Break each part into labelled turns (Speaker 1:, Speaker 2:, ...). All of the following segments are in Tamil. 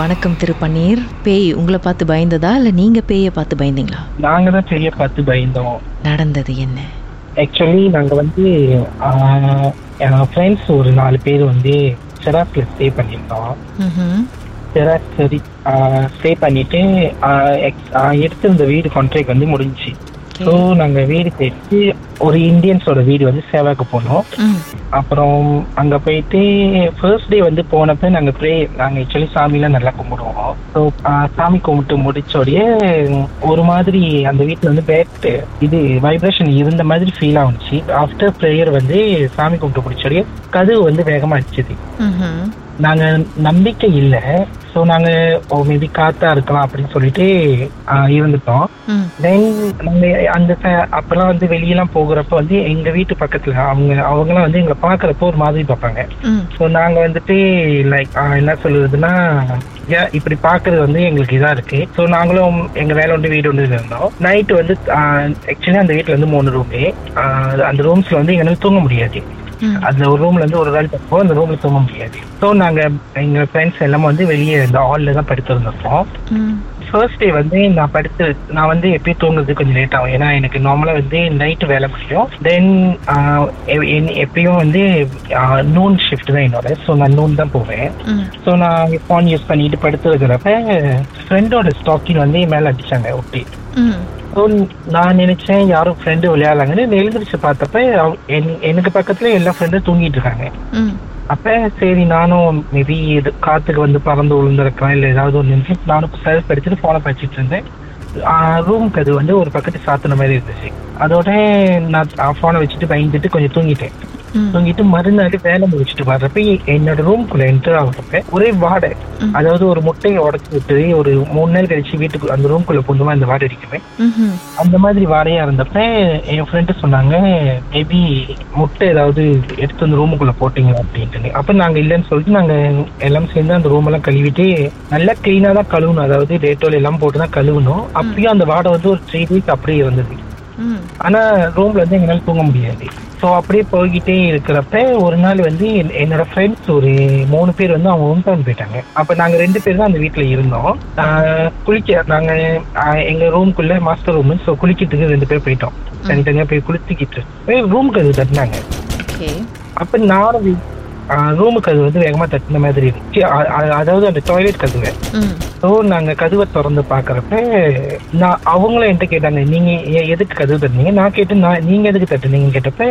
Speaker 1: வணக்கம் திரு பன்னீர் பேய் உங்களை பார்த்து பயந்ததா இல்லை நீங்கள் பேயை பார்த்து பயந்தீங்களா
Speaker 2: நாங்க தான் பெரிய பார்த்து பயந்தோம்
Speaker 1: நடந்தது என்ன
Speaker 2: ஆக்சுவலி நாங்க வந்து ஃப்ரெண்ட்ஸ் ஒரு நாலு பேர் வந்து செராக்ல ஸ்டே பண்ணியிருந்தோம்
Speaker 1: ம்ஹும்.
Speaker 2: செராக் சரி ஸ்டே பண்ணிட்டு ஆஹ், ex- ஆஹ், எடுத்திருந்த வீடு கான்ட்ராக்ட் வந்து முடிஞ்சுச்சு
Speaker 1: Okay.
Speaker 2: ஸோ நாங்க வீடு தேடி ஒரு இந்தியன்ஸோட வீடு வந்து சேவாக்கு போனோம்
Speaker 1: ம்.
Speaker 2: அப்புறம் அங்க போயிட்டு ஃபர்ஸ்ட் டே வந்து போனப்ப நாங்க ப்ரே நாங்க ஆக்சுவலி சாமிலாம் நல்லா கும்பிடுவோம் ஸோ சாமி கும்பிட்டு முடிச்சோடய ஒரு மாதிரி அந்த வீட்டில் வந்து பேட் இது வைப்ரேஷன் இருந்த மாதிரி ஃபீல் ஆகுச்சு ஆஃப்டர் ப்ரேயர் வந்து சாமி கும்பிட்டு முடிச்சோடய கதவு வந்து வேகமா அடிச்சது
Speaker 1: ம்ஹும்.
Speaker 2: நாங்க நம்பிக்கை இல்லை ஸோ நாங்க ஓ மேபி காத்தா இருக்கலாம் அப்படின்னு சொல்லிட்டு ஆஹ், இருந்துட்டோம்
Speaker 1: ம்.
Speaker 2: தென் நம்ம அந்த ச- அப்பெல்லாம் வந்து வெளியெல்லாம் போகிறப்ப வந்து எங்க வீட்டு பக்கத்துல அவங்க அவங்கலாம் வந்து எங்களை பார்க்கறப்போ ஒரு மாதிரி பார்ப்பாங்க
Speaker 1: ம்.
Speaker 2: ஸோ நாங்க வந்துட்டு லைக் என்ன சொல்லுறதுன்னா ஏன் இப்படி பார்க்கறது வந்து எங்களுக்கு இதா இருக்கு ஸோ நாங்களும் எங்க வேலை ஒன்று வீடு ஒன்று இருந்தோம் நைட் வந்து ஆக்சுவலி அந்த வீட்டில் வந்து மூணு ரூமு அந்த ரூம்ஸ்ல வந்து எங்களால தூங்க முடியாது
Speaker 1: ம்.
Speaker 2: அந்த ஒரு ரூம்ல இருந்து ஒரு நாள் பக்கம் அந்த ரூம்ல தூங்க முடியாது ஸோ நாங்க எங்க ஃப்ரெண்ட்ஸ் எல்லாமே வந்து வெளியே இந்த ஹாலில் தான் படுத்திருந்தோம்
Speaker 1: ம்.
Speaker 2: ஃபர்ஸ்ட் டே வந்து நான் படுத்து நான் வந்து எப்பயும் தூங்குறது கொஞ்சம் லேட் ஆகும் ஏன்னா எனக்கு நார்மலாக வந்து நைட்டு வேலை முடியும் தென் எப்பயும் வந்து நூன் ஷிஃப்ட் தான் என்னோட ஸோ நான் நூன் தான் போவேன்
Speaker 1: ம்.
Speaker 2: ஸோ நான் ஃபோன் யூஸ் பண்ணிட்டு படுத்து இருக்கிறப்ப ஃப்ரெண்டோட ஸ்டாக்கிங் வந்து என் மேலே அடிச்சாங்க ஒட்டி
Speaker 1: ம்.
Speaker 2: ஸோ நான் நினைச்சேன் யாரும் ஃப்ரெண்டு விளையாடலாங்கன்னு எழுந்திரிச்சு பார்த்தப்ப அவ- என்- எனக்கு பக்கத்துல எல்லா ஃப்ரெண்டும் தூங்கிட்டு இருக்காங்க
Speaker 1: ம்.
Speaker 2: அப்ப சரி நானும் மேபி இது காத்துக்கு வந்து பறந்து விழுந்திருக்கலாம் இல்லை ஏதாவது ஒன்று இருந்துச்சு நானும் செல்ஃப் அடிச்சுட்டு ஃபோனை படிச்சுட்டு இருந்தேன் ரூமுக்கு அது வந்து ஒரு பக்கத்து சாத்தின மாதிரி இருந்துச்சு அதோட நான் ஃபோனை வச்சுட்டு பயந்துட்டு கொஞ்சம் தூங்கிட்டேன்
Speaker 1: ம்.
Speaker 2: தூங்கிட்டு மறுநாள் வேலை முடிச்சுட்டு வர்றப்ப என்னோட ரூம்குள்ள என்டர் ஆகுறப்ப ஒரே வாடை
Speaker 1: ம்.
Speaker 2: அதாவது ஒரு முட்டையை உடச்சி விட்டு ஒரு மூணு நாள் கழிச்சு வீட்டுக்கு அந்த ரூம்குள்ள பொண்ணுமா இந்த வாடை அடிக்குமே
Speaker 1: ம்ஹும்.
Speaker 2: அந்த மாதிரி வாடையா இருந்தப்ப என் ஃப்ரெண்டு சொன்னாங்க மேபி முட்டை ஏதாவது எடுத்து அந்த ரூமுக்குள்ள போட்டீங்களா அப்படின்ட்டு அப்ப நாங்க இல்லைன்னு சொல்லிட்டு நாங்க எல்லாம் சேர்ந்து அந்த ரூம் எல்லாம் கழுவிட்டு நல்லா கிளீனா தான் கழுவணும் அதாவது டேட்டோல் எல்லாம் போட்டு தான் கழுவணும் அப்பயும் அந்த வாடை வந்து ஒரு த்ரீ வீக் அப்படியே இருந்தது
Speaker 1: ம்.
Speaker 2: ஆனா ரூம்ல வந்து எங்களால தூங்க முடியாது ஸோ அப்படியே போய்கிட்டே இருக்கிறப்ப ஒரு நாள் வந்து என்- என்னோட ஃப்ரெண்ட்ஸ் ஒரு மூணு பேர் வந்து அவங்க ஹோம் டவுன் போயிட்டாங்க அப்ப நாங்க ரெண்டு பேர் தான் அந்த வீட்ல இருந்தோம் ஆஹ் குளிக்க நாங்க ஆஹ் எங்க ரூம்குள்ள மாஸ்டர் ரூம் ஸோ குளிக்கிறதுக்கு ரெண்டு பேர் போயிட்டோம் தனித்தனியா போய் குளிச்சுக்கிட்டு ரூமுக்கு அது தட்டினாங்க
Speaker 1: ஓகே
Speaker 2: அப்ப நானும் ரூமுக்கு அது வந்து வேகமா தட்டின மாதிரி இருந்துச்சு அ- அ- அதாவது அந்த டாய்லெட் கதவு
Speaker 1: ம்.
Speaker 2: ஸோ நாங்க கதவை திறந்து பார்க்கறப்ப நான் அவங்களும் என்கிட்ட கேட்டாங்க நீங்க ஏ- எதுக்கு கதவு தட்டுனீங்க நான் கேட்டு நான் நீங்க எதுக்கு தட்டுனீங்கன்னு கேட்டப்ப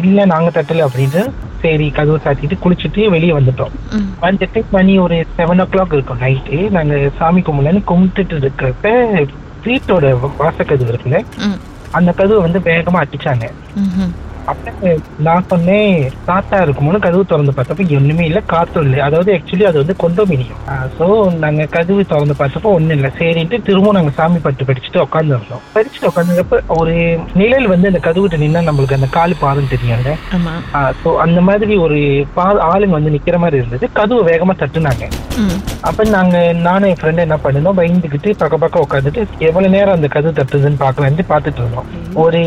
Speaker 2: இல்ல நாங்க தட்டல அப்படின்ட்டு சரி கதவு சாத்திட்டு குளிச்சுட்டு வெளியே வந்துட்டோம்
Speaker 1: ம்.
Speaker 2: வந்துட்டு மணி ஒரு செவன் ஓ கிளாக் இருக்கும் நைட்டு நாங்க சாமி கும்பலன்னு கும்பிட்டுட்டு இருக்கிறப்ப வீட்டோட வாசக்கதவு இருக்குல்ல
Speaker 1: ம்.
Speaker 2: அந்த கதவை வந்து வேகமா அடிச்சாங்க
Speaker 1: ம்ஹும்.
Speaker 2: அப்ப நான் சொன்னேன் காத்தா இருக்குமோனு கதவு திறந்து பார்த்தப்ப ஒண்ணுமே இல்ல காத்தும் இல்லை அதாவது ஆக்சுவலி அது வந்து கொண்டோமினியம் சோ நாங்க கதவு திறந்து பார்த்தப்போ ஒண்ணும் இல்ல சரின்ட்டு திரும்பவும் நாங்க சாமி பட்டு படிச்சுட்டு உட்காந்துருந்தோம் படிச்சுட்டு உட்காந்துருக்கப்ப ஒரு நிழல் வந்து அந்த கதவுட்டு நின்னா நம்மளுக்கு அந்த காலு பாதம் தெரியும்ல
Speaker 1: ஆமா
Speaker 2: சோ அந்த மாதிரி ஒரு பா ஆளுங்க வந்து நிக்கிற மாதிரி இருந்தது கதவு வேகமா தட்டுனாங்க
Speaker 1: ம்.
Speaker 2: அப்ப நாங்க நானும் என் ஃப்ரெண்டு என்ன பண்ணிருந்தோம் பயந்துக்கிட்டு பக்க பக்கம் உட்காந்துட்டு எவ்வளவு நேரம் அந்த கதவு தட்டுதுன்னு பார்க்கலான்னு பார்த்துட்டு இருந்தோம் ஒரு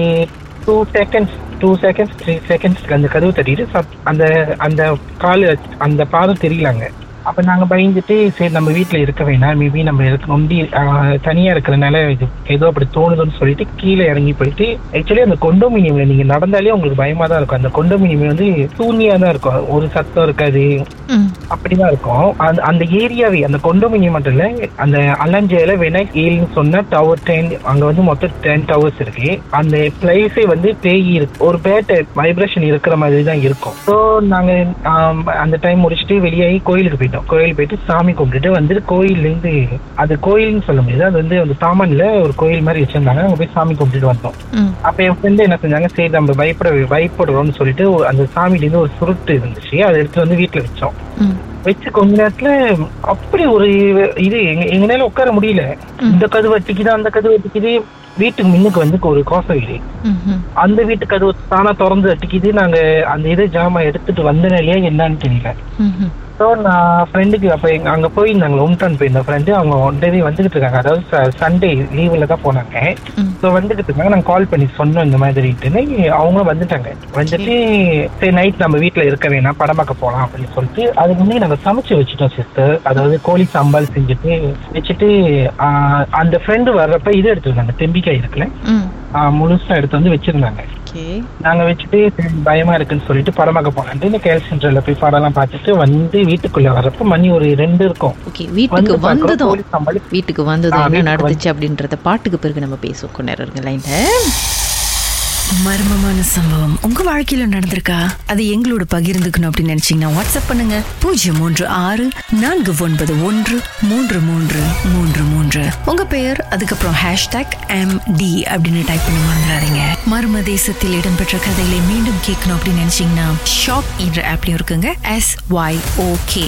Speaker 2: two seconds two seconds three seconds அந்த கதவு தட்டிட்டு சப்- அந்த அந்த கால் அந்த பாதம் தெரியலாங்க அப்ப நாங்க பயந்துட்டு சரி நம்ம வீட்ல இருக்க வேணாம் மேபி நம்ம இருக்க நொண்டி ஆஹ், தனியா இருக்கிறனால இது ஏதோ அப்படி தோணுதுன்னு சொல்லிட்டு கீழே இறங்கி போயிட்டு ஆக்சுவலி அந்த கொண்டோமினியம்ல நீங்க நடந்தாலே உங்களுக்கு பயமா தான் இருக்கும் அந்த கொண்டோமினியம் வந்து சூன்யா தான் இருக்கும் ஒரு சத்தம் இருக்காது
Speaker 1: ம்.
Speaker 2: அப்படிதான் இருக்கும் அந்த அந்த ஏரியாவே அந்த கொண்டோமினியம் மட்டும் இல்ல அந்த அலஞ்சேல வினாய் ஏல்னு சொன்ன டவர் டென் அங்க வந்து மொத்தம் டென் டவர்ஸ் இருக்கு அந்த பிளேஸே வந்து பேய் இருக்கு ஒரு பேட் வைப்ரேஷன் இருக்கிற மாதிரி தான் இருக்கும் ஸோ நாங்க ஆம், அந்த டைம் முடிச்சுட்டு வெளியாகி கோயிலுக்கு போயிட்டோம் கோயில் போயிட்டு சாமி கும்பிட்டுட்டு வந்துட்டு கோயில்ல இருந்து அது கோயில்னு சொல்ல முடியாது அது வந்து அந்த சாமான்ல ஒரு கோயில் மாதிரி வச்சிருந்தாங்க அங்க போய் சாமி கும்பிட்டுட்டு வந்தோம்
Speaker 1: ம்.
Speaker 2: அப்ப என் ஃப்ரெண்டு என்ன செஞ்சாங்க சரி நம்ம பயப்பட பயப்படுறோம்னு சொல்லிட்டு ஒரு- அந்த சாமியில இருந்து ஒரு சுருட்டு இருந்துச்சு அதை எடுத்து வந்து வீட்டுல வச்சோம்
Speaker 1: ம்.
Speaker 2: வச்சு கொஞ்ச நேரத்துல அப்படி ஒரு இது எங்க எங்கனால உட்கார முடியல இந்த கதவு அடிக்குது அந்த கதவு அடிக்குது வீட்டுக்கு முன்னுக்கு வந்து ஒரு கோசை வீடு
Speaker 1: ம்ஹும்.
Speaker 2: அந்த வீட்டு கதவு தானா திறந்து அடிக்குது நாங்க அந்த இதை ஜாமான் எடுத்துட்டு வந்தனாலேயே என்னன்னு தெரியல
Speaker 1: ம்ஹும்.
Speaker 2: ஸோ நான் ஃப்ரெண்டுக்கு அப்போ எங்க அங்கே போயிருந்தாங்க உம்டான் போயிருந்த ஃப்ரெண்டு அவங்க ஒன்டேவே வந்துகிட்டு இருக்காங்க அதாவது சண்டே லீவில் தான் போனாங்க
Speaker 1: ம்.
Speaker 2: ஸோ வந்துகிட்டு இருக்காங்க நாங்கள் கால் பண்ணி சொன்னோம் இந்த மாதிரிட்டுன்னு அவங்களும் வந்துட்டாங்க வந்துட்டு சரி நைட் நம்ம வீட்டில் இருக்க வேணாம் படம் பார்க்க போகலாம் அப்படின்னு சொல்லிட்டு அதுக்கு முன்னாடி நாங்கள் சமைச்சு வச்சுட்டோம் சிஸ்டர் அதாவது கோழி சாம்பார் செஞ்சுட்டு வச்சுட்டு ஆஹ், அந்த ஃப்ரெண்டு வர்றப்ப இது எடுத்துருந்தாங்க தெம்பிக்காய் இருக்குல்ல
Speaker 1: ம்
Speaker 2: முழுசாக எடுத்து வந்து வச்சுருந்தாங்க
Speaker 1: ஓகே
Speaker 2: நாங்க வச்சுட்டு சரி, பயமா இருக்குன்னு சொல்லிட்டு படமாக்க போனான்ட்டு இந்த கேல் சென்டர்ல போய் படம்லாம் பார்த்துட்டு வந்து வீட்டுக்குள்ள வரப்ப மணி ஒரு ரெண்டு இருக்கும்
Speaker 1: ஓகே வீட்டுக்கு
Speaker 2: வந்து பார்க்கறோம்,
Speaker 1: வந்ததும்
Speaker 2: போலீஸ் சம்பாளி
Speaker 1: வீட்டுக்கு வந்ததும்
Speaker 2: ஆ,
Speaker 1: என்ன
Speaker 2: வீட்டுக்கு
Speaker 1: நடந்துச்சு அப்படின்றத பாட்டுக்கு பிறகு நம்ம பேசுவோம் கொஞ்ச நேரம் இருங்க லைன்ல
Speaker 3: மர்மமான சம்பவம் உங்க வாழ்க்கையில நடந்திருக்கா அது எங்களோட பகிர்ந்துக்கணும் அப்படின்னு நினைச்சீங்கன்னா வாட்ஸ்அப் பண்ணுங்க பூஜ்ஜியம் மூன்று ஆறு நான்கு ஒன்பது ஒன்று மூன்று மூன்று மூன்று மூன்று உங்க பெயர் அதுக்கப்புறம் ஹேஷ்டாக் எம் டி அப்படின்னு டைப் பண்ணி மறந்துடாதீங்க மர்ம தேசத்தில் இடம்பெற்ற கதைகளை மீண்டும் கேட்கணும் அப்படின்னு நினைச்சீங்கன்னா ஷாக் என்ற ஆப்லயும் இருக்குங்க எஸ் ஒய் ஓகே